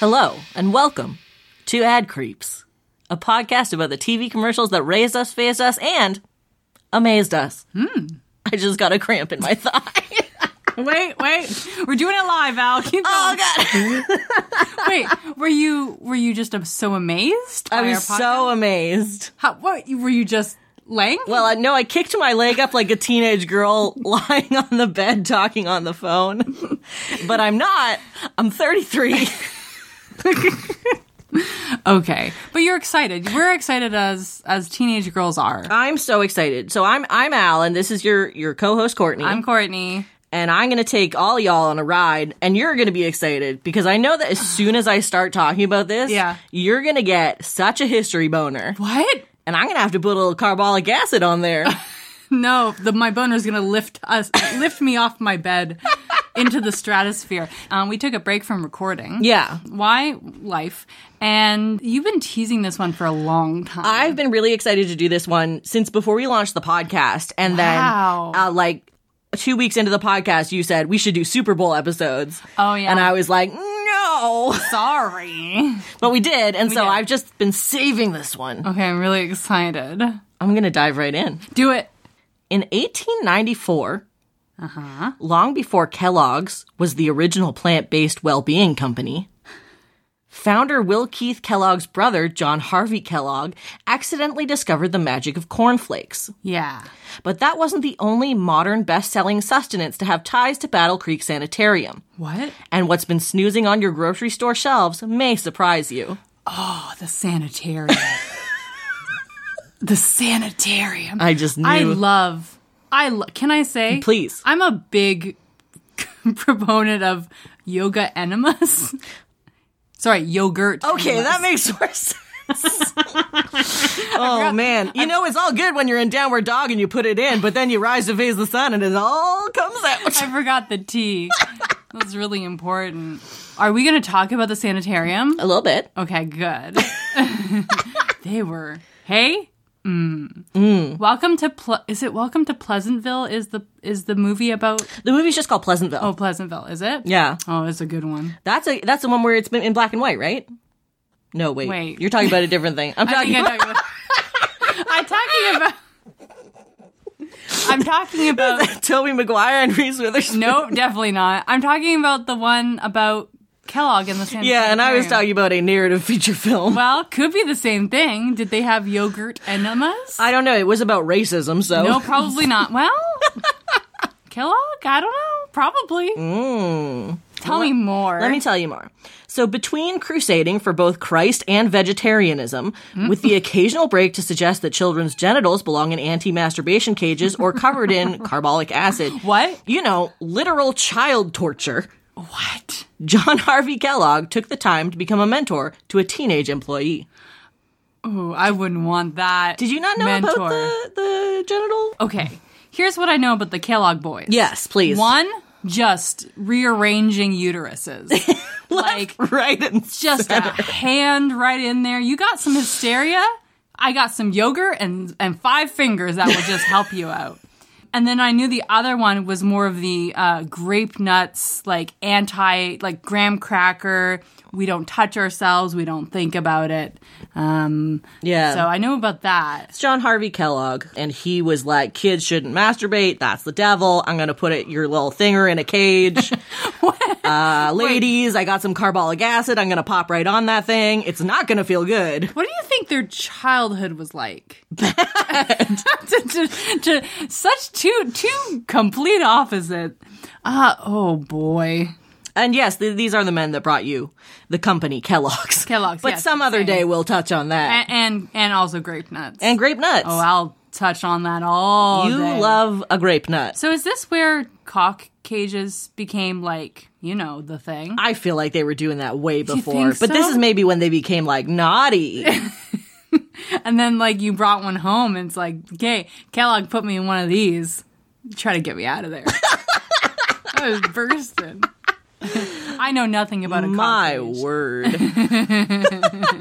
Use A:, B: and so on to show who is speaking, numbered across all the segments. A: Hello, and welcome to Ad Creeps, a podcast about the TV commercials that raised us, phased us, and amazed us. Hmm. I just got a cramp in my thigh.
B: Wait, wait. We're doing it live, Al. Keep
A: Oh,
B: going.
A: God.
B: Wait, were you were you just um, so amazed?
A: I
B: by
A: was
B: our podcast?
A: so amazed.
B: How, what were you just laying?
A: Well, I no, I kicked my leg up like a teenage girl lying on the bed talking on the phone. but I'm not. I'm 33.
B: okay, but you're excited. We're excited as as teenage girls are.
A: I'm so excited. So I'm I'm Al and this is your your co-host Courtney.
B: I'm Courtney.
A: and I'm going to take all y'all on a ride and you're going to be excited because I know that as soon as I start talking about this,
B: Yeah.
A: you're going to get such a history boner.
B: What?
A: And I'm going to have to put a little carbolic acid on there.
B: No, the, my boner's gonna lift us, lift me off my bed into the stratosphere. Um, we took a break from recording.
A: yeah.
B: Why life? And you've been teasing this one for a long time.
A: I've been really excited to do this one since before we launched the podcast. And
B: Wow.
A: then, uh, like, two weeks into the podcast, you said we should do Super Bowl episodes.
B: Oh, yeah.
A: And I was like, no.
B: Sorry.
A: But we did. And so
B: did. Oh.
A: I've just been saving this one.
B: Okay, I'm really excited.
A: I'm going to dive right in.
B: Do it.
A: In 1894, long before Kellogg's was the original plant based well being company, founder Will Keith Kellogg's brother, John Harvey Kellogg, accidentally discovered the magic of cornflakes.
B: Yeah.
A: But that wasn't the only modern best selling sustenance to have ties to Battle Creek Sanitarium.
B: What?
A: And what's been snoozing on your grocery store shelves may surprise you.
B: Oh, the sanitarium. the sanitarium.
A: I just knew.
B: I love. I lo- can I say?
A: Please.
B: I'm a big proponent of yoga enemas. Sorry, yogurt.
A: okay, that makes more sense. oh man, you know it's all good when you're in downward dog and you put it in, but then you rise to face the sun and it all comes out.
B: I forgot the tea. That's really important. Are we going to talk about the sanitarium?
A: A little bit.
B: Okay, good. they were. Hey. Mm. Welcome to Ple- is it Welcome to Pleasantville? Is the is the movie about
A: The movie's just called Pleasantville.
B: Oh Pleasantville? Is it?
A: Yeah,
B: Oh, it's a good one.
A: that's a that's the one where it's been in black and white, right? No, wait.
B: Wait.
A: You're talking about a different thing. I'm
B: I
A: talking.
B: think I
A: about-
B: talked about- I'm talking about. I'm talking about.
A: Toby Maguire and Reese Witherspoon.
B: No, definitely not. I'm talking about the one about Kellogg and the San.
A: Yeah, and I was
B: Sanitarium.
A: talking about a narrative feature film.
B: Well, could be the same thing. Did they have yogurt enemas?
A: I don't know. It was about racism, so
B: No, probably not. Well, Kellogg. I don't know. Probably. Tell me more.
A: Mm. let me tell you more. So, between crusading for both Christ and vegetarianism, with the occasional break to suggest that children's genitals belong in anti masturbation cages or covered in carbolic acid,
B: What?
A: you know, literal child torture,
B: What?
A: John Harvey Kellogg took the time to become a mentor to a teenage employee.
B: Ooh, I wouldn't want that.
A: Did you not know
B: mentor.
A: about the, the genital?
B: Okay. Here's what I know about the Kellogg boys.
A: Yes, please.
B: One, just rearranging uteruses. like,
A: right and
B: just a hand right in there. You got some hysteria. I got some yogurt and, and five fingers that will just help you out. And then I knew the other one was more of the uh, grape nuts, like anti, like graham cracker. We don't touch ourselves. We don't think about it. Um,
A: Yeah.
B: So I know about that.
A: It's John Harvey Kellogg, and he was like, "Kids shouldn't masturbate. That's the devil. I'm gonna put it, your little thinger in a cage. Uh, ladies, I got some carbolic acid. I'm gonna pop right on that thing. It's not gonna feel good.
B: What do you think their childhood was like? to, to- to- such two two complete opposite. Ah, oh boy.
A: And yes, th- these are the men that brought you the company Kellogg's.
B: Kellogg's,
A: but
B: yes,
A: some other
B: same.
A: day we'll touch on that.
B: and and, and also grape nuts.
A: And grape nuts.
B: oh, I'll touch on that all
A: you
B: day.
A: love a grape nut.
B: so is this where cock cages became like you know the thing?
A: I feel like they were doing that way before,
B: think
A: but this
B: so?
A: is maybe when they became like naughty.
B: And then like you brought one home, and it's like, okay, Kellogg put me in one of these. Try to get me out of there. I was bursting. I know nothing about a cock
A: My
B: cage.
A: word.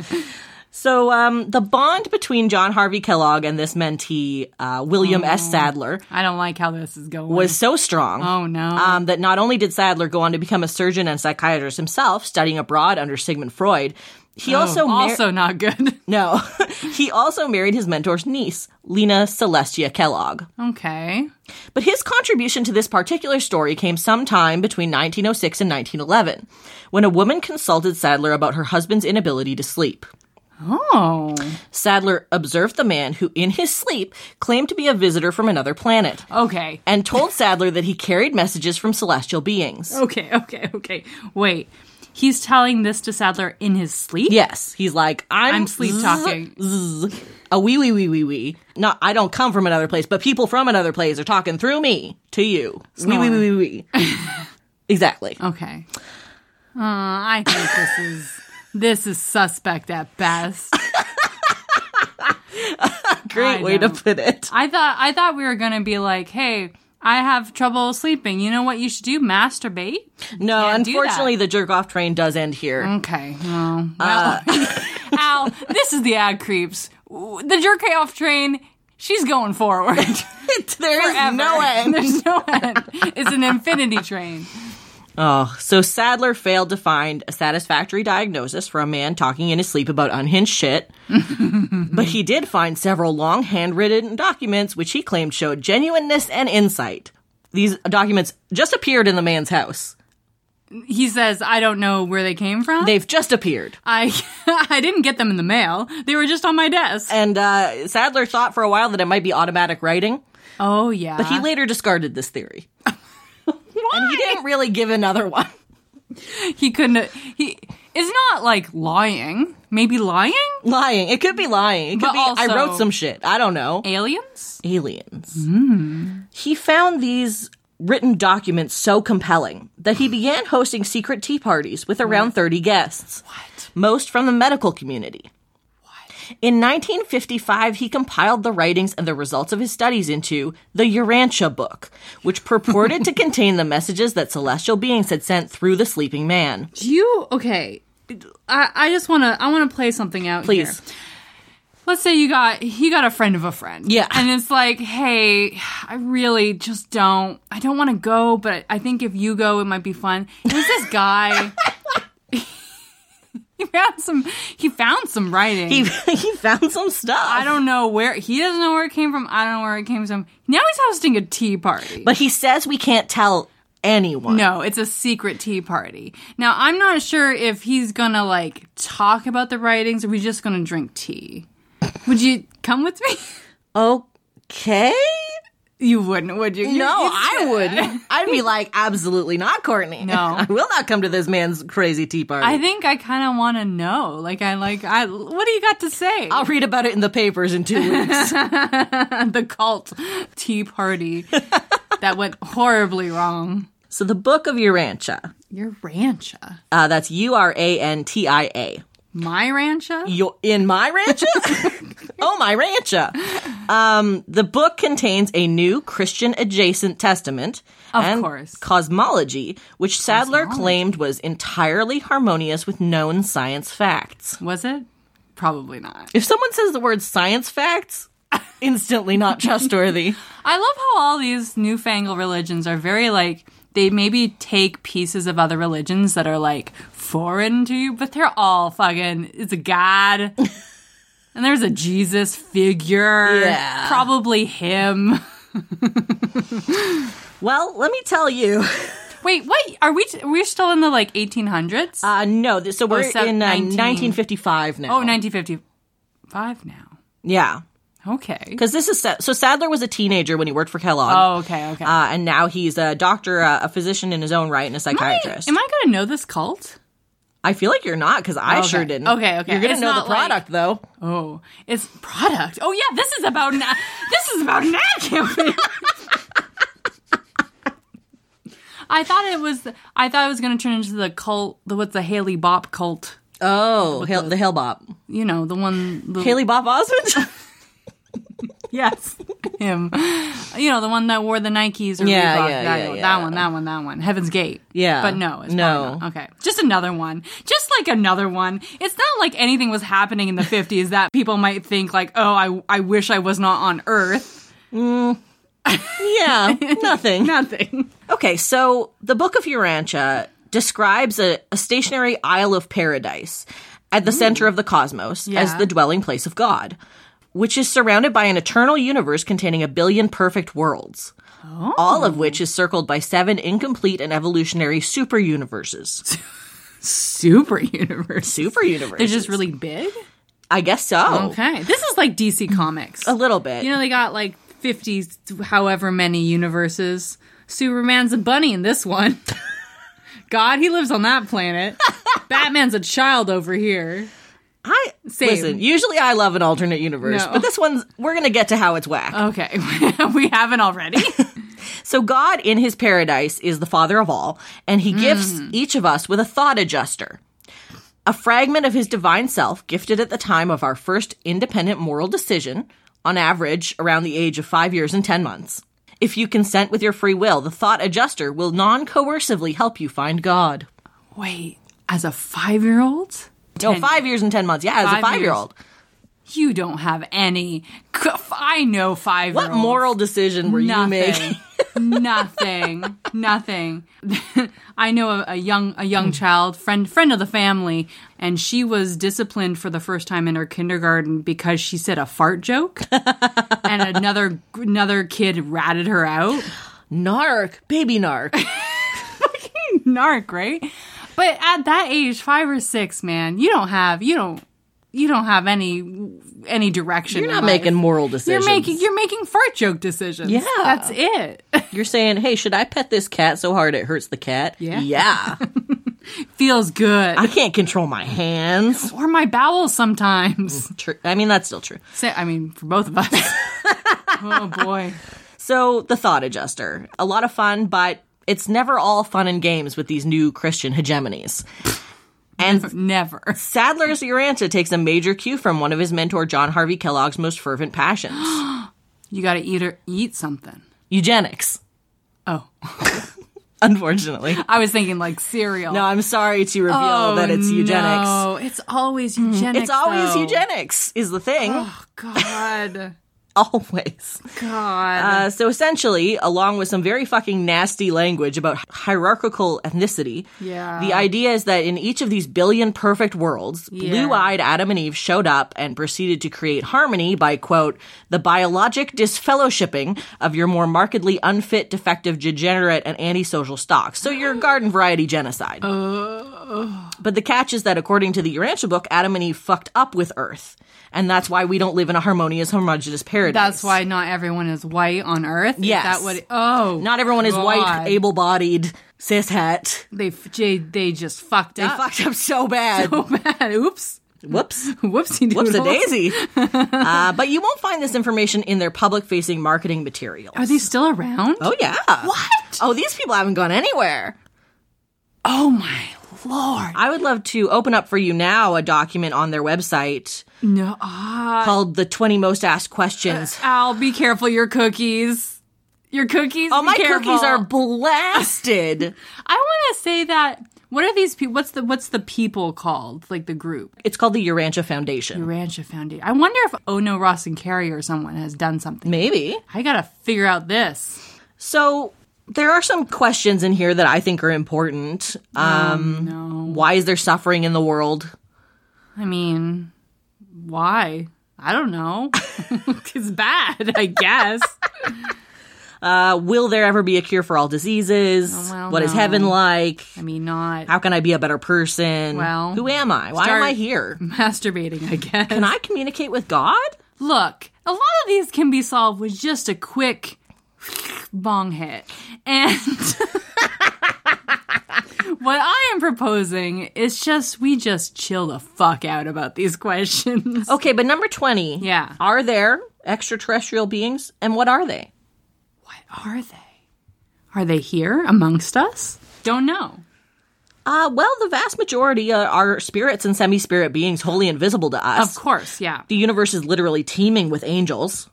A: So um, the bond between John Harvey Kellogg and this mentee, uh, William S. Sadler,
B: I don't like how this is going.
A: was so strong
B: oh no.
A: um, that not only did Sadler go on to become a surgeon and psychiatrist himself, studying abroad under Sigmund Freud, he also mar-
B: Oh. also not good.
A: no, he also married his mentor's niece, Lena Celestia Kellogg.
B: okay.
A: But his contribution to this particular story came sometime between 1906 and 1911, when a woman consulted Sadler about her husband's inability to sleep.
B: Oh.
A: Sadler observed the man who, in his sleep, claimed to be a visitor from another planet
B: Okay.
A: and told Sadler that he carried messages from celestial beings.
B: Okay, okay, okay. Wait. He's telling this to Sadler in his sleep?
A: Yes, he's like, I'm,
B: I'm sleep talking.
A: A wee wee wee wee wee. Not, I don't come from another place, but people from another place are talking through me to you. Wee wee wee wee wee. exactly.
B: Okay. Uh, I think this is this is suspect at best.
A: Great
B: I
A: way
B: know.
A: to put it.
B: I thought I thought we were gonna be like, hey, I have trouble sleeping. You know what you should do? Masturbate.
A: No,
B: Can't do that. Mm.
A: unfortunately, the jerk off train does end here.
B: Okay. Well,
A: Uh.
B: well Al, this is the ad creeps. The jerk off train. She's going forward.
A: there is
B: Forever.
A: no end.
B: There's no end. It's an infinity train.
A: Oh, so Sadler failed to find a satisfactory diagnosis for a man talking in his sleep about unhinged shit. but he did find several long handwritten documents which he claimed showed genuineness and insight. These documents just appeared in the man's house.
B: He says, "I don't know where they came from.
A: They've just appeared.
B: I I didn't get them in the mail. They were just on my desk."
A: And uh, Sadler thought for a while that it might be automatic writing,
B: Oh yeah.
A: but he later discarded this theory. And he didn't really give another one.
B: he couldn't he is not like lying maybe lying
A: lying. It could be lying. It could
B: But
A: be I
B: also-
A: wrote some shit. I don't know.
B: aliens
A: aliens.
B: Mm.
A: He found these written documents so compelling that he began hosting secret tea parties with around 30 guests,
B: what
A: most from the medical community. In 1955, he compiled the writings and the results of his studies into the Urantia book, which purported to contain the messages that celestial beings had sent through the sleeping man.
B: do you okay i i just want to i want to play something out
A: Please.
B: here. let's say you got you got a friend of a friend
A: Yeah.
B: and it's like hey i really just don't i don't want to go but i think if you go it might be fun it was this guy he found some he found some writing
A: He, he found some stuff.
B: I don't know where he doesn't know where it came from. I don't know where it came from. Now he's hosting a tea party.
A: but he says we can't tell anyone.
B: no, it's a secret tea party. Now I'm not sure if he's gonna like talk about the writings or we just gonna drink tea. Would you come with me?
A: Okay?
B: You wouldn't, would you? You-
A: No,
B: you-
A: I wouldn't. I'd be like, absolutely not, Courtney.
B: No.
A: I will not come to this man's crazy tea party.
B: I
A: I
B: think I kind of want to know. Like I like I. What do you got to say?
A: will read about it in the papers in two weeks.
B: the cult tea party that went horribly wrong.
A: so, the Book of Urantia.
B: Your rancha,
A: Uh, that's U R A N T I A.
B: my rancha.
A: Yo- in my rancha? oh, my rancha. Um, the book contains a new Christian adjacent testament
B: Of
A: and
B: course.
A: cosmology, which Sadler claimed was entirely harmonious with known science facts.
B: Was it? Probably not.
A: If someone says the word science facts, instantly not trustworthy.
B: I love how all these newfangled religions are very like they maybe take pieces of other religions that are like foreign to you, but they're all fucking it's a god. and there's a Jesus figure.
A: Yeah.
B: Probably him.
A: Well, let me tell you.
B: Wait, what are we t- we're still in the like 1800s?
A: Uh, no, th- so we're
B: sev-
A: in uh,
B: 19.
A: 1955 now.
B: oh, 1955 now.
A: Yeah.
B: Okay.
A: Because this is Sa- so Sadler was a teenager when he worked for Kellogg.
B: Oh, okay, okay.
A: Uh, and now he's a doctor, uh, a physician in his own right, and a psychiatrist.
B: Am I going to know this cult?
A: I feel like you're not because I
B: Okay.
A: sure didn't.
B: Okay, okay.
A: You're gonna
B: It's
A: know the
B: not like-
A: product though.
B: Oh, it's product. Oh yeah, this is about an this is about an ad campaign. I thought it was. I thought it was going to turn into the cult. The what's the Haley Bop cult?
A: Oh, Hale, the Hale Bop,
B: You know the one. The,
A: Haley Bop Osmond.
B: yes, him. You know the one that wore the Nikes or
A: Yeah,
B: Reebok.
A: yeah,
B: that,
A: yeah,
B: one,
A: yeah.
B: that one, that one, that one. Heaven's Gate.
A: Yeah.
B: but no, it's
A: No.
B: no. Okay, just another one. Just like another one. It's not like anything was happening in the fifties that people might think like, oh, I I wish I was not on Earth.
A: Yeah, nothing.
B: Nothing.
A: Okay, so the Book of Urantia describes a, a stationary Isle of Paradise at the center of the cosmos as
B: Yeah.
A: the dwelling place of God, which is surrounded by an eternal universe containing a billion perfect worlds,
B: Oh.
A: all of which is circled by seven incomplete and evolutionary super universes.
B: Super universe.
A: Super universes.
B: They're just really big.
A: I guess so.
B: Okay, this is like DC Comics.
A: A little bit.
B: You know, they got like 50, however many universes. Superman's a bunny in this one. God, he lives on that planet. Batman's a child over here.
A: I
B: Same.
A: listen. Usually, I love an alternate universe,
B: No.
A: but this one's we're gonna get to how it's whack.
B: Okay, we haven't already.
A: So God in his paradise is the father of all, and he gifts
B: Mm.
A: each of us with a thought adjuster. A fragment of his divine self, gifted at the time of our first independent moral decision, on average around the age of five years and 10 months. If you consent with your free will, the thought adjuster will non coercively help you find God.
B: Wait, as a five year old,
A: No, five years and 10 months. Yeah, as
B: Five
A: a
B: years.
A: five year old.
B: you don't have any. I know five year
A: What moral decision were you making?
B: nothing, nothing, nothing. I know a, a young a
A: Hmm.
B: young child friend friend of the family, and she was disciplined for the first time in her kindergarten because she said a fart joke, and another another kid ratted her out.
A: Narc, baby narc.
B: Narc, right? But at that age, five or six, man, you don't have you don't you don't have any any direction.
A: You're
B: in
A: not
B: life.
A: making moral decisions.
B: You're making you're making fart joke decisions.
A: Yeah.
B: that's it.
A: You're saying, hey, should I pet this cat so hard it hurts the cat?
B: Yeah.
A: Yeah.
B: Feels good.
A: I can't control my hands.
B: or my bowels sometimes.
A: Tr- I mean, that's still true.
B: Say, I mean, for both of us. oh boy.
A: So, the thought adjuster. A lot of fun, but it's never all fun and games with these new Christian hegemonies. And
B: Never.
A: Sadler's Uranta takes a major cue from one of his mentor, John Harvey Kellogg's most fervent passions
B: You gotta eat or eat something.
A: eugenics,
B: Oh.
A: unfortunately.
B: I was thinking like cereal.
A: No, I'm sorry to reveal
B: oh,
A: that it's eugenics.
B: No, it's always eugenics.
A: Mm-hmm. It's always
B: though.
A: eugenics, is the thing.
B: Oh God.
A: Always.
B: God.
A: Uh, so essentially, along with some very fucking nasty language about hierarchical ethnicity,
B: Yeah.
A: the idea is that in each of these billion perfect worlds, blue-eyed Adam and Eve showed up and proceeded to create harmony by quote the biologic disfellowshipping of your more markedly unfit, defective, degenerate, and antisocial stocks. So your garden variety genocide.
B: Uh.
A: But the catch is that according to the Urantia book, Adam and Eve fucked up with Earth, and that's why we don't live in a harmonious, homogeneous paradise.
B: That's why not everyone is white on Earth. Is
A: Yes.
B: that what? Oh,
A: Not everyone is white,
B: God.
A: able bodied, cis het.
B: They f- they they just fucked
A: They
B: up.
A: fucked up so bad.
B: oh man. Oops.
A: Whoops.
B: Whoopsie
A: Whoops a
B: doodles.
A: daisy. uh, but you won't find this information in their public facing marketing material.
B: Are they still around?
A: Oh, yeah.
B: What?
A: Oh, these people haven't gone anywhere.
B: Oh my lord.
A: I would love to open up for you now a document on their website
B: No. Ah.
A: called The 20 Most Asked Questions.
B: Al, be careful your cookies. Your cookies.
A: Oh, my
B: be careful.
A: cookies are blasted.
B: I want to say that. What are these people? What's the what's the people called? Like the group,
A: it's called the Urantia Foundation.
B: Rancha Foundation. I wonder if Oh No Ross and Carrie or someone has done something.
A: Maybe.
B: I gotta figure out this.
A: So there are some questions in here that I think are important. Um, Why is there suffering in the world?
B: I mean, why? I don't know. it's bad, I guess.
A: Uh, will there ever be a cure for all diseases? What is
B: Oh, well, no.
A: heaven like?
B: I mean, not
A: How can I be a better person?
B: Well,
A: who am I? Why am
B: start-
A: I here?
B: masturbating, I guess.
A: Can I communicate with God?
B: Look, a lot of these can be solved with just a quick bong hit. And what I am proposing is just we just chill the fuck out about these questions.
A: Okay, but number 20.
B: Yeah.
A: Are there extraterrestrial beings and what are they?
B: What are they? Are they here amongst us? Don't know.
A: Uh, well, the vast majority are, are spirits and semi spirit beings wholly invisible to us.
B: Of course, yeah.
A: the universe is literally teeming with angels.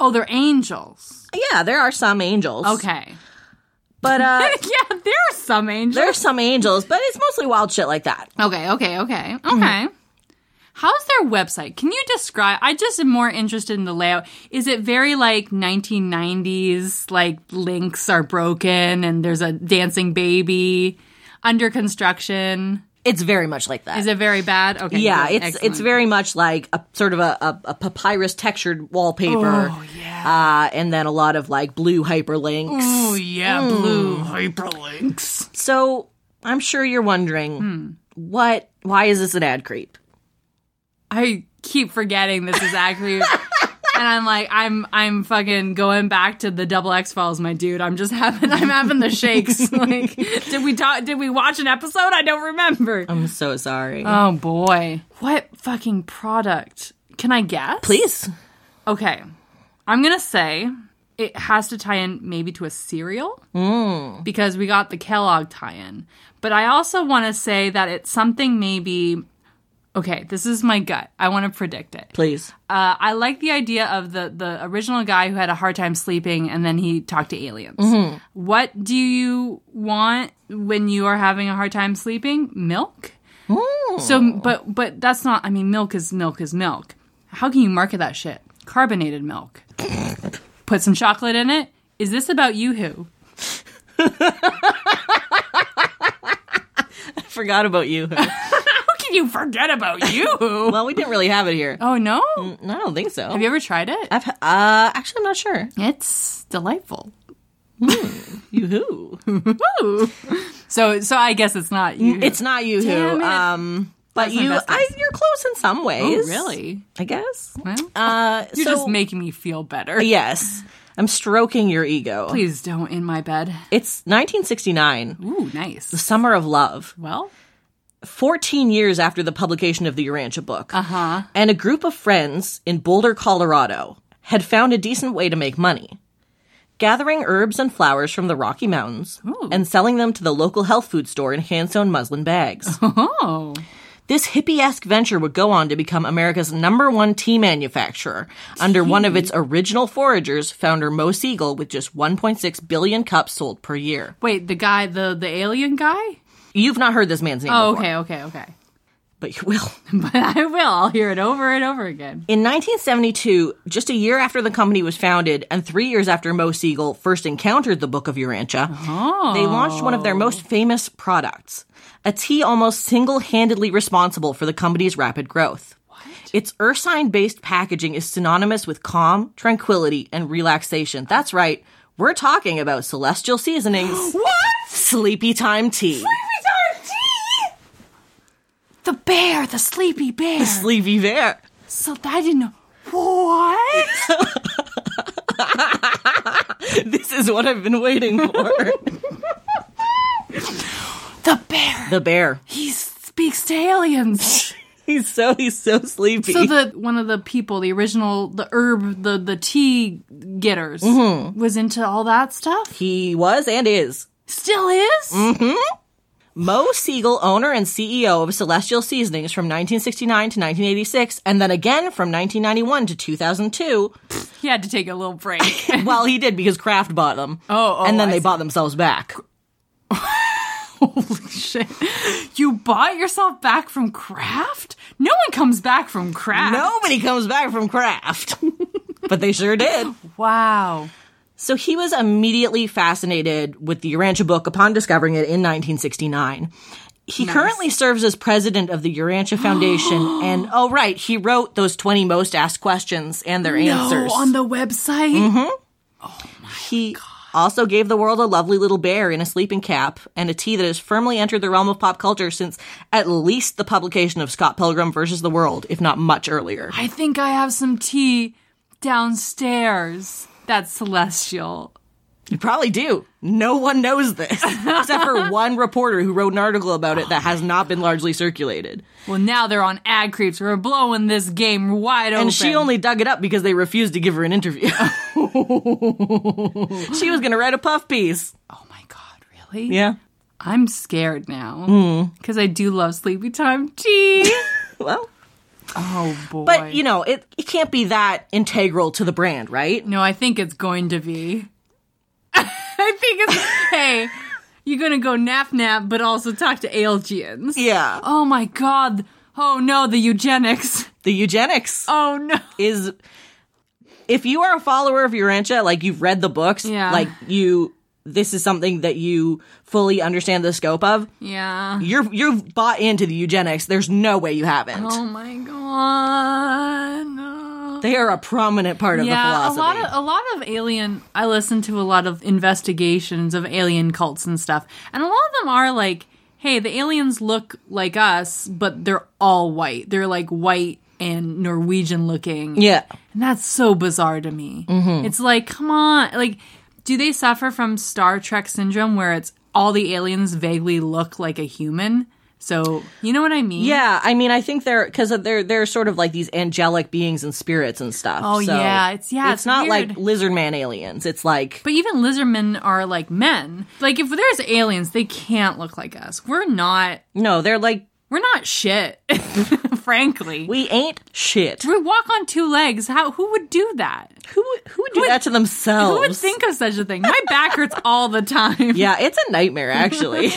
B: Oh, they're angels.
A: Yeah, there are some angels.
B: Okay.
A: But uh,
B: yeah, there are some angels.
A: there are some angels, but it's mostly wild shit like that.
B: Okay, okay, okay, okay. How's their website? Can you describe? I just am more interested in the layout. Is it very like 1990s, like links are broken and there's a dancing baby under construction?
A: It's very much like that.
B: Is it very bad? Okay.
A: yeah,
B: good,
A: it's it's
B: excellent.
A: very much like a sort of a, a, a papyrus textured wallpaper.
B: Oh,
A: yeah. Uh, and then a lot of like blue hyperlinks.
B: Oh, yeah, blue hyperlinks.
A: So I'm sure you're wondering
B: Hmm.
A: what why is this an ad creep?
B: I keep forgetting this is actually and I'm like I'm I'm fucking going back to the double X files, my dude. I'm just having I'm having the shakes. like did we talk did we watch an episode? I don't remember.
A: I'm so sorry.
B: oh boy. What fucking product? Can I guess?
A: Please.
B: Okay. I'm gonna say it has to tie in maybe to a cereal because we got the Kellogg tie-in. But I also want to say that it's something maybe. Okay, this is my gut. I want to predict it.
A: Please.
B: Uh, I like the idea of the the original guy who had a hard time sleeping and then he talked to aliens. What do you want when you are having a hard time sleeping? Milk. So, but but that's not. I mean, milk is milk is milk. How can you market that shit? Carbonated milk. Put some chocolate in it. Is this about YooHoo?
A: I forgot about you.
B: How can you forget about YooHoo?
A: well, we didn't really have it here.
B: oh no.
A: No, I don't think so.
B: Have you ever tried it?
A: I've, ha- uh, actually, I'm not sure.
B: It's delightful. Mm.
A: You who?
B: Ooh. So so I guess it's not you.
A: It's not you
B: Damn
A: who.
B: it.
A: Um, but
B: my
A: you,
B: best
A: I, you're close in some ways.
B: Oh, really?
A: I guess.
B: Well,
A: Uh,
B: you're
A: so
B: just making me feel better.
A: yes, I'm stroking your ego.
B: Please don't in my bed.
A: It's 1969,
B: Ooh, nice.
A: Summer of Love,
B: Well,
A: 14 years after the publication of the Urantia book. Uh huh. And a group of friends in Boulder, Colorado, had found a decent way to make money. Gathering herbs and flowers from the Rocky Mountains and selling them to the local health food store in hand sewn muslin bags.
B: oh,
A: This hippie esque venture would go on to become America's number one tea manufacturer under one of its original foragers, founder Mo Siegel, with just 1.6 billion cups sold per year.
B: wait, the guy, the the alien guy.
A: You've not heard this man's name
B: Oh,
A: before,
B: okay, okay, okay.
A: but you will.
B: But I will. I'll hear it over and over again.
A: In 1972, just a year after the company was founded and three years after Mo Siegel first encountered the Book of Urantia,
B: Oh.
A: they launched one of their most famous products, a tea almost single handedly responsible for the company's rapid growth. Its ursine based packaging is synonymous with calm, tranquility, and relaxation. That's right, we're talking about celestial seasonings,
B: What?
A: sleepy time tea,
B: The bear, the sleepy bear.
A: sleepy bear.
B: So I didn't know. What?
A: This is what I've been waiting for.
B: The bear.
A: the bear.
B: He speaks to aliens.
A: He's so he's so sleepy.
B: So the one of the people, the original, the herb, the the tea getters,
A: Mm-hmm.
B: was into all that stuff.
A: He was and is.
B: Still is.
A: Mm. Mo Siegel, owner and CEO of Celestial Seasonings from 1969 to 1986, and then again from 1991 to 2002.
B: He had to take a little break.
A: well, he did because Kraft bought them.
B: Oh, oh,
A: and then
B: I
A: they
B: see.
A: bought themselves back.
B: Holy shit! You bought yourself back from Kraft. No one comes back from Kraft.
A: Nobody comes back from Kraft, but they sure did.
B: Wow.
A: So he was immediately fascinated with the Urantia book upon discovering it in 1969. He currently serves as president of the Urantia Foundation, and oh right, he wrote those 20 most asked questions and their answers. Mm-hmm.
B: Oh, on the website.
A: He also gave the world a lovely little bear in a sleeping cap and a tea that has firmly entered the realm of pop culture since at least the publication of Scott Pilgrim versus the World, if not much earlier.
B: I think I have some tea downstairs. That's celestial.
A: You probably do. No one knows this except for one reporter who wrote an article about it that has not been largely circulated.
B: Well, now they're on ad creeps. We're blowing this game wide open.
A: And she only dug it up because they refused to give her an interview. she was going to write a puff piece.
B: Oh my god! Really?
A: Yeah.
B: Mm. I'm scared now because I do love sleepy time tea.
A: Well,
B: Oh boy.
A: But, you know, it, it can't be that integral to the brand, right?
B: no, I think it's going to be. I think it's hey, you're gonna go nap nap, but also talk to Algians.
A: Yeah.
B: Oh my god. Oh no, the eugenics.
A: The eugenics
B: Oh no.
A: is. If you are a follower of Urantia, like you've read the books,
B: Yeah.
A: like you. This is something that you fully understand the scope of.
B: Yeah.
A: You're you've bought into the eugenics. There's no way you haven't.
B: Oh my god. No.
A: They are a prominent part of
B: Yeah, a
A: the philosophy.
B: lot of a lot of alien. I listen to a lot of investigations of alien cults and stuff, and a lot of them are like, "Hey, the aliens look like us, but they're all white. They're like white and Norwegian looking."
A: yeah. Mm-hmm.
B: And that's so bizarre to me. It's like, come on. Like, do they suffer from Star Trek syndrome where it's all the aliens vaguely look like a human? So, you know what I mean?
A: Yeah, I mean, I think they're because they're they're sort of like these angelic beings and spirits and stuff.
B: Oh,
A: so
B: yeah, it's- yeah, it's
A: not like
B: weird.
A: lizard man aliens. It's like
B: But even lizardmen are like men. Like, if there's aliens, they can't look like us. We're not,
A: no, they're like
B: we're not shit, frankly. We,
A: we ain't shit.
B: walk on two legs. How, who would do that?
A: Who who would do that to themselves?
B: Who would think of such a thing? My back hurts all the time.
A: Yeah, it's a nightmare. Actually,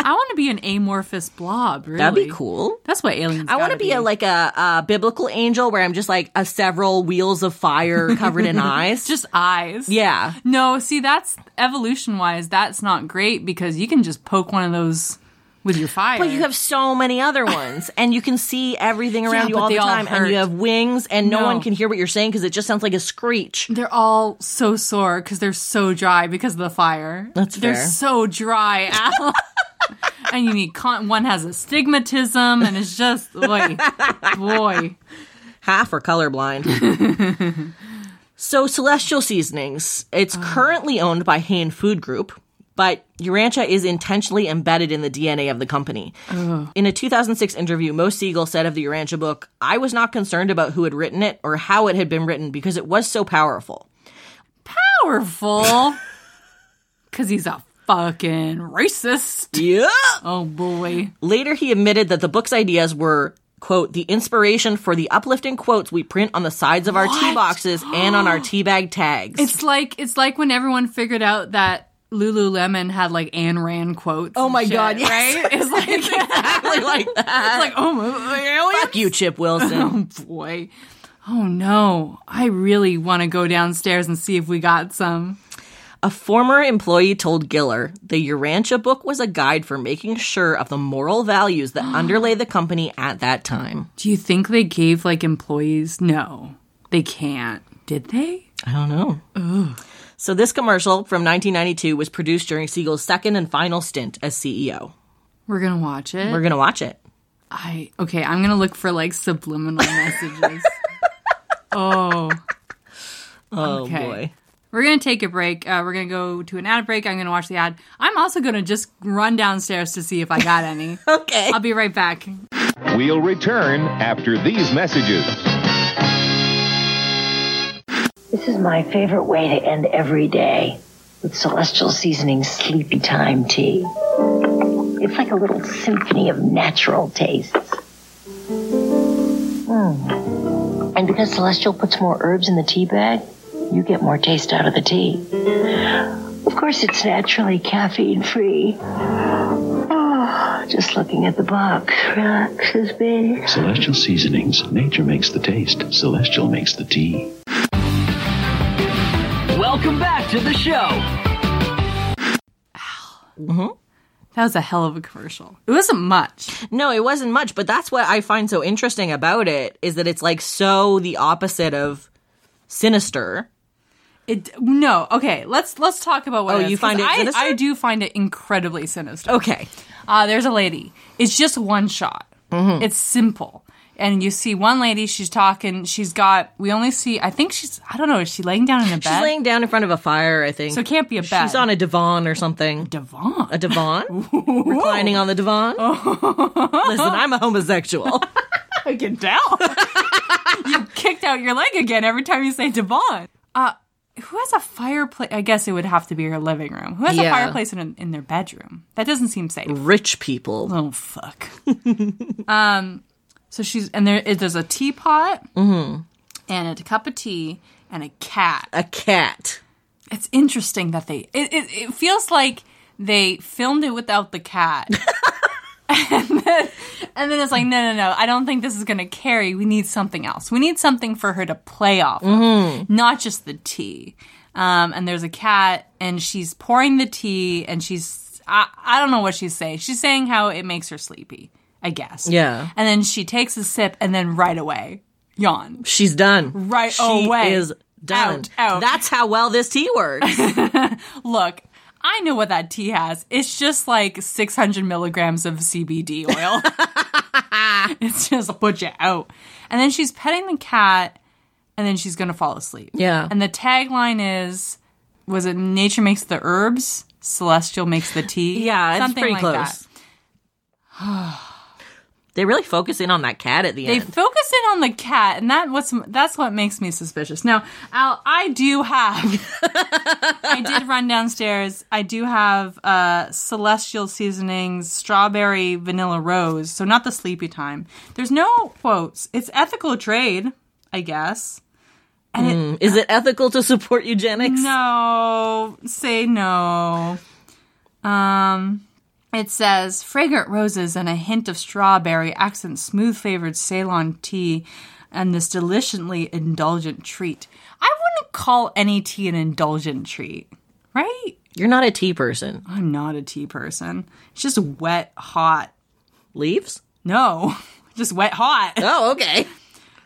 B: I want to be an amorphous blob, really.
A: that'd be cool.
B: That's what aliens.
A: I want to be, a like a, a biblical angel where I'm just like a several wheels of fire covered in eyes.
B: just eyes.
A: yeah,
B: No, see, that's evolution wise. That's not great because you can just poke one of those with your fire.
A: But you have so many other ones, and you can see everything around you
B: but
A: all the
B: they all
A: time, and you
B: hurt.
A: have wings, and no,
B: No.
A: one can hear what you're saying because it just sounds like a screech.
B: They're all so sore because they're so dry because of the fire.
A: That's
B: They're
A: fair.
B: so dry, Al. and you need con- one has astigmatism, and it's just boy, boy.
A: Half are colorblind. so, Celestial Seasonings. It's currently owned by Hain Food Group, but Urantia is intentionally embedded in the DNA of the company. In a 2006 interview, Mo Siegel said of the Urantia book, I was not concerned about who had written it or how it had been written because it was so powerful.
B: powerful because he's a fucking racist.
A: Yeah!
B: Oh boy.
A: Later, he admitted that the book's ideas were, quote, the inspiration for the uplifting quotes we print on the sides of our tea boxes and on our tea bag tags.
B: It's like it's like when everyone figured out that Lululemon had like Ayn Rand quotes. Oh
A: my God, yes.
B: Right? It's like it's
A: exactly like that.
B: like oh my alien
A: Fuck you, Chip Wilson.
B: boy. Oh no! I really want to go downstairs and see if we got some.
A: a former employee told Giller the Urantia book was a guide for making sure of the moral values that underlay the company at that time.
B: Do you think they gave like employees? No, they can't. Did they?
A: I don't know. So, this commercial from 1992 was produced during Siegel's second and final stint as CEO.
B: We're gonna watch it.
A: We're going to watch it.
B: I okay. I'm gonna look for like subliminal messages. oh,
A: Oh,
B: Okay.
A: boy.
B: we're gonna take a break. Uh, we're gonna go to an ad break. I'm gonna watch the ad. I'm also gonna just run downstairs to see if I got any.
A: Okay.
B: I'll be right back.
C: We'll return after these messages.
D: This is my favorite way to end every day with Celestial Seasoning Sleepy Time Tea. It's like a little symphony of natural tastes. Mm. And because Celestial puts more herbs in the tea bag, you get more taste out of the tea. Of course, it's naturally caffeine free. Oh, just looking at the box relaxes me.
E: Celestial seasonings. Nature makes the taste. Celestial makes the tea.
F: Welcome back to the show.
B: That was a hell of a commercial. It wasn't much.
A: No, it wasn't much, but that's what I find so interesting about it is that it's like so the opposite of sinister.
B: It no. Okay, let's let's talk about what.
A: Oh,
B: it is,
A: you find
B: 'cause
A: it
B: I,
A: sinister?
B: I do find it incredibly sinister.
A: Okay.
B: Uh, there's a lady. It's just one shot.
A: Mm-hmm.
B: It's simple. And you see one lady, she's talking, she's got, we only see, I think she's, I don't know, is she laying down in a
A: She's
B: bed?
A: laying down in front of a fire, I think.
B: so it can't be a bed.
A: She's on a divan or something.
B: Devon.
A: a divan? Reclining on the divan? Listen, I'm a homosexual.
B: I can tell. you kicked out your leg again every time you say Devon. Uh, who has a fireplace? I guess it would have to be her living room. Who has a
A: Yeah.
B: fireplace in, in their bedroom? That doesn't seem safe.
A: Rich people.
B: Oh fuck. Oh, um So she's and there there's a teapot and a cup of tea and a cat.
A: A cat.
B: It's interesting that they it it, it feels like they filmed it without the cat. and, then, and then it's like, no, no, no. I don't think this is going to carry. We need something else. We need something for her to play off of,
A: Mm-hmm.
B: not just the tea. Um, and there's a cat, and she's pouring the tea, and she's I, I don't know what she's saying. She's saying how it makes her sleepy, I guess.
A: Yeah.
B: And then she takes a sip, and then right away, yawn.
A: She's done.
B: Right Oh,
A: she
B: away.
A: is done.
B: Out, out.
A: That's how well this tea works.
B: Look, I know what that tea has. It's just like 600 milligrams of CBD oil. it's just put you out. And then she's petting the cat, and then she's going to fall asleep.
A: Yeah.
B: And the tagline is was it nature makes the herbs, celestial makes the tea?
A: yeah, it's
B: Something
A: pretty
B: like
A: close.
B: that.
A: they really focus in on that cat at the
B: They
A: end.
B: focus in on the cat, and that what's that's what makes me suspicious. Now, Al, I do have, I did run downstairs. I do have uh, celestial seasonings, strawberry, vanilla rose. So not the sleepy time. There's no quotes. It's ethical trade, I guess.
A: Is it ethical to support eugenics?
B: No, say no. Um, it says fragrant roses and a hint of strawberry accent smooth flavored Ceylon tea and this deliciously indulgent treat. I wouldn't call any tea an indulgent treat, right?
A: You're not a tea person.
B: I'm not a tea person. It's just wet, hot.
A: Leaves?
B: No, just wet, hot.
A: Oh, okay.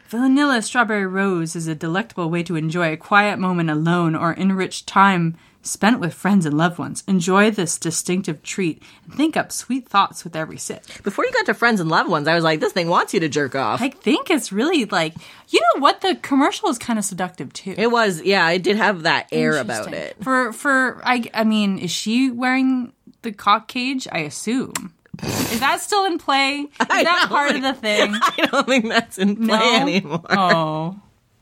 B: Vanilla Strawberry Rose is a delectable way to enjoy a quiet moment alone or enriched time spent with friends and loved ones. Enjoy this distinctive treat and think up sweet thoughts with every sip.
A: Before you got to friends and loved ones, I was like, this thing wants you to jerk off.
B: I think it's really like, you know what? The commercial is kind of seductive too.
A: It was, yeah, it did have that air about
B: Interesting.
A: it.
B: For, for, I, I mean, is she wearing the cock cage? I assume. Is that still in play? Is that
A: don't
B: part of the thing?
A: I don't think that's in play
B: No?
A: anymore.
B: Oh.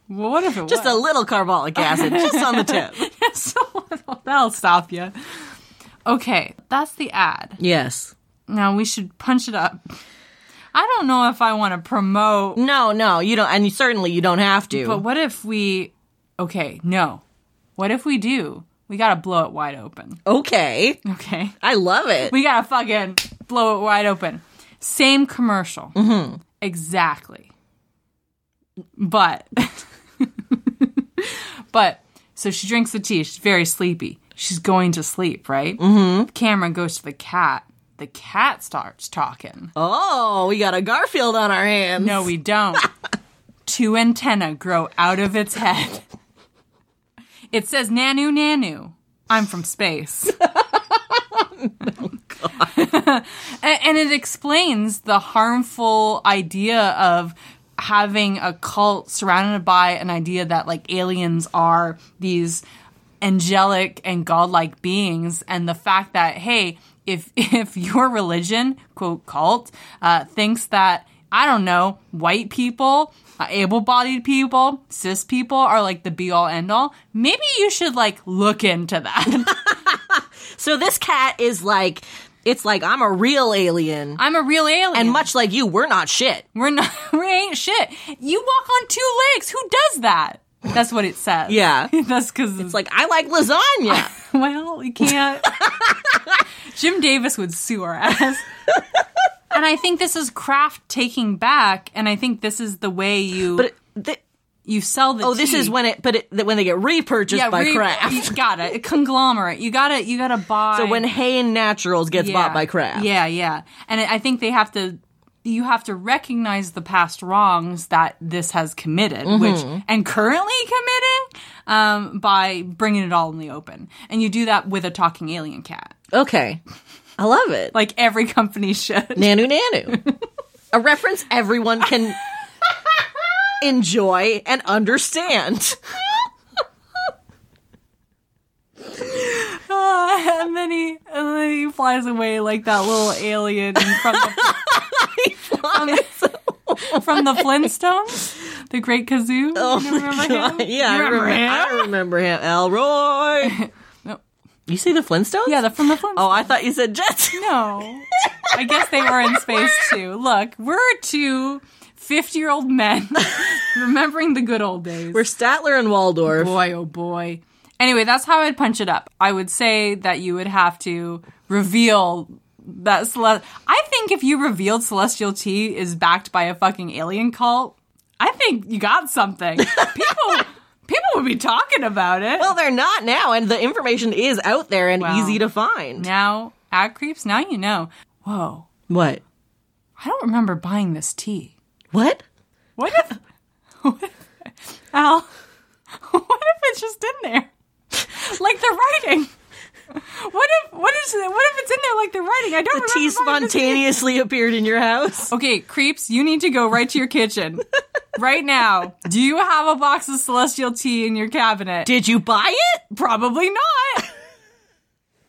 B: Well, what if it
A: Just
B: was?
A: a little carbolic acid, just on the tip.
B: So that'll stop you. Okay, that's the ad.
A: Yes.
B: Now we should punch it up. I don't know if I want to promote,
A: No, no, you don't, and you, certainly you don't have to.
B: but what if we. Okay, no. What if we do? We gotta blow it wide open.
A: okay.
B: Okay.
A: I love it.
B: We gotta fucking blow it wide open. Same commercial. Mm-hmm. Exactly. But. but. So she drinks the tea. She's very sleepy. She's going to sleep, right? Mm-hmm. The camera goes to the cat. The cat starts talking.
A: oh, we got a Garfield on our hands.
B: No, we don't. Two antennae grow out of its head. It says Nanu Nanu. I'm from space. A- and it explains the harmful idea of having a cult surrounded by an idea that like aliens are these angelic and godlike beings and the fact that hey if if your religion quote cult uh, thinks that i don't know white people uh, able-bodied people cis people are like the be-all end-all maybe you should like look into that
A: So this cat is like, it's like I'm a real alien,
B: i'm a real alien
A: and much like you, we're not shit.
B: We're not. We ain't shit. You walk on two legs. Who does that? That's what it says.
A: Yeah.
B: That's because it's
A: It's like I like lasagna.
B: well, you can't. Jim Davis would sue our ass. and I think this is Kraft taking back, and I think this is the way you
A: but it, th-
B: you sell the.
A: oh, this is
B: tea.
A: when it, but it, that when they get repurchased
B: yeah,
A: by
B: re-
A: Kraft.
B: You got it. Conglomerate. You got to You got to buy.
A: So when Hay and Naturals gets bought by Kraft,
B: Yeah, yeah. And I I think they have to you have to recognize the past wrongs that this has committed,
A: Mm-hmm.
B: which and currently committing um, by bringing it all in the open. And you do that with a talking alien cat,
A: okay, I love it.
B: like every company should.
A: Nanu Nanu. a reference everyone can enjoy and understand.
B: and then he and then he flies away like that little alien from the, from the Flintstones, the Great Kazoo. Oh you remember him?
A: yeah,
B: You
A: I remember,
B: him?
A: I remember him. Elroy. You say the Flintstones?
B: Yeah, the from the Flintstones.
A: oh, I thought you said Jets.
B: No. I guess they were in space too. Look, we're too 50 year old men remembering the good old days.
A: We're Statler and Waldorf.
B: boy, oh boy. Anyway, that's how I'd punch it up. I would say that you would have to reveal that Celestial. I think if you revealed Celestial Tea is backed by a fucking alien cult, I think you got something. People. People would be talking about it.
A: Well, they're not now, and the information is out there and
B: Wow.
A: easy to find.
B: now, ad creeps, now you know. Whoa.
A: What?
B: I don't remember buying this tea.
A: What?
B: What if, what if Al, what if it's just in there? Like they're writing. What if what is it- what if it's in there like they're writing? I don't
A: The tea
B: remember buying this
A: spontaneously appeared in your house.
B: Okay, creeps, you need to go right to your kitchen. right now. Do you have a box of celestial tea in your cabinet?
A: Did you buy it?
B: Probably not.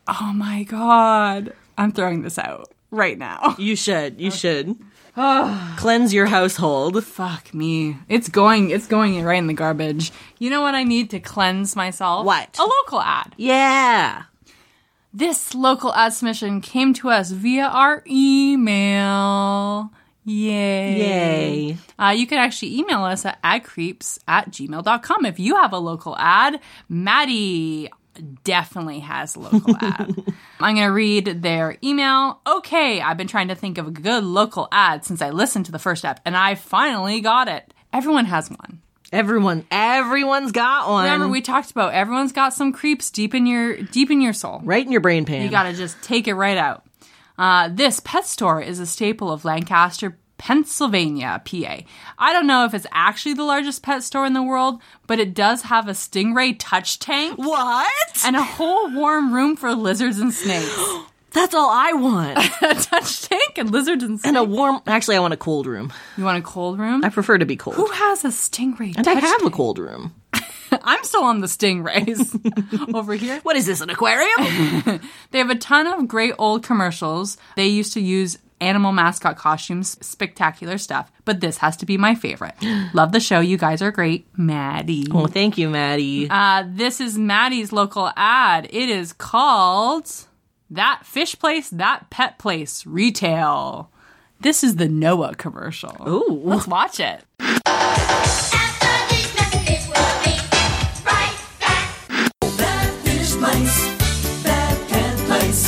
B: oh my god. I'm throwing this out right now.
A: You should. You should. Cleanse your household.
B: Fuck me. It's going it's going right in the garbage. You know what I need to cleanse myself?
A: What?
B: A local ad.
A: Yeah.
B: This local ad submission came to us via our email. Yay.
A: Yay.
B: Uh, you can actually email us at adcreeps at gmail.com if you have a local ad. Maddie definitely has a local ad. I'm going to read their email. Okay, I've been trying to think of a good local ad since I listened to the first app, and I finally got it. Everyone has one.
A: Everyone. Everyone's got one.
B: Remember, we talked about everyone's got some creeps deep in your deep in your soul.
A: right in your brain pan.
B: You gotta just take it right out. Uh, this pet store is a staple of Lancaster, Pennsylvania, PA. I don't know if it's actually the largest pet store in the world, but it does have a stingray touch tank
A: What?
B: and a whole warm room for lizards and snakes.
A: That's all I want.
B: a touch tank and lizards and snakes.
A: and a warm. Actually, I want a cold room.
B: you want a cold room?
A: I prefer to be cold.
B: Who has a stingray
A: and I
B: touch
A: have a
B: tank?
A: cold room.
B: I'm still on the stingrays over here.
A: What is this? An aquarium?
B: They have a ton of great old commercials. They used to use animal mascot costumes, spectacular stuff, but this has to be my favorite. Love the show. You guys are great. Maddie.
A: well, Oh, thank you, Maddie.
B: Uh, this is Maddie's local ad. It is called That Fish Place, That Pet Place Retail. This is the Noah commercial.
A: Ooh.
B: Let's watch it.
G: After these messages, we'll be right back.
H: That fish place, that pet place,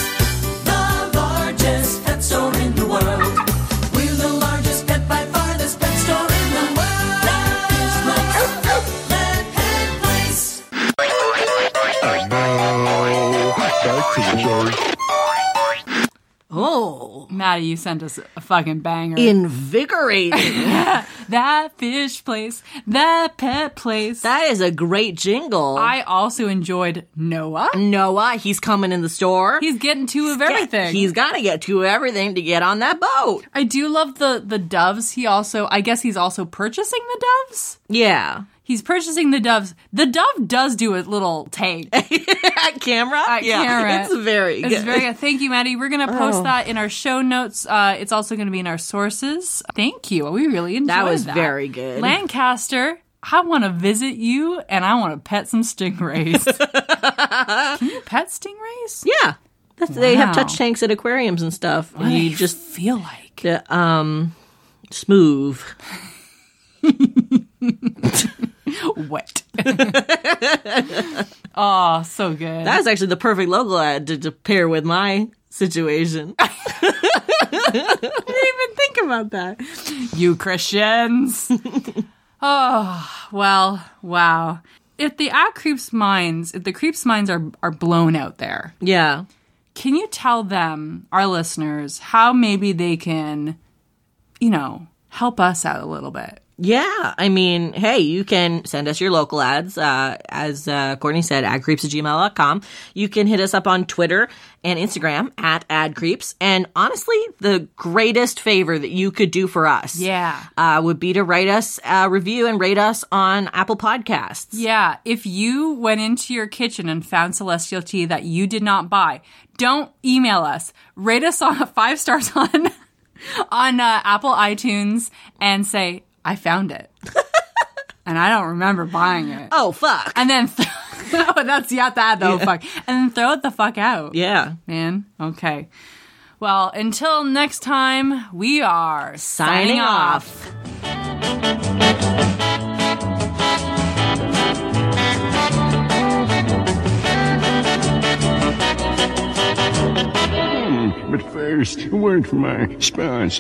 H: the largest pet store in the world. We're the largest pet by far, this pet store in the world. That fish place, that pet place.
A: oh,
B: Maddie, you sent us a fucking banger.
A: invigorating.
B: that fish place, that pet place.
A: that is a great jingle.
B: I also enjoyed Noah.
A: Noah, he's coming in the store.
B: He's getting two of everything.
A: He's got to get to everything to get on that boat.
B: I do love the the doves. He also, I guess, he's also purchasing the doves.
A: Yeah.
B: He's purchasing the doves. The dove does do a little tag.
A: At camera?
B: At
A: yeah.
B: camera.
A: It's very
B: It's
A: good. Oh.
B: very good. Thank you, Maddie. We're gonna post that in our show notes. Uh, it's also gonna be in our sources. Thank you. We really enjoyed that.
A: that was very good.
B: Lancaster. I want to visit you, and I want to pet some stingrays. Can you pet stingrays?
A: yeah. That's, They have
B: Wow.
A: touch tanks at aquariums and stuff. And you just
B: feel like
A: uh, um smooth.
B: wet. oh, so good.
A: That was actually the perfect local ad to, to pair with my situation. I didn't even think about that.
B: you Christians. oh, well, wow. If the at creeps minds, if the creeps minds are are blown out there,
A: Yeah.
B: can you tell them, our listeners, how maybe they can, you know, help us out a little bit?
A: Yeah, I mean, hey, you can send us your local ads. Uh, as uh, Courtney said, adcreeps at gmail.com. You can hit us up on Twitter and Instagram at adcreeps. And honestly, the greatest favor that you could do for us
B: Yeah.
A: uh, would be to write us a review and rate us on Apple Podcasts.
B: Yeah, if you went into your kitchen and found celestial tea that you did not buy, don't email us. Rate us on five stars on on uh, Apple iTunes and say I found it, and I don't remember buying it.
A: Oh, fuck.
B: And then th- oh, that's not that though. Fuck, and then throw it the fuck out,
A: yeah.
B: man. Okay. Well, until next time, we are
A: Signing off.
G: Thank
E: Where's word from my spouse?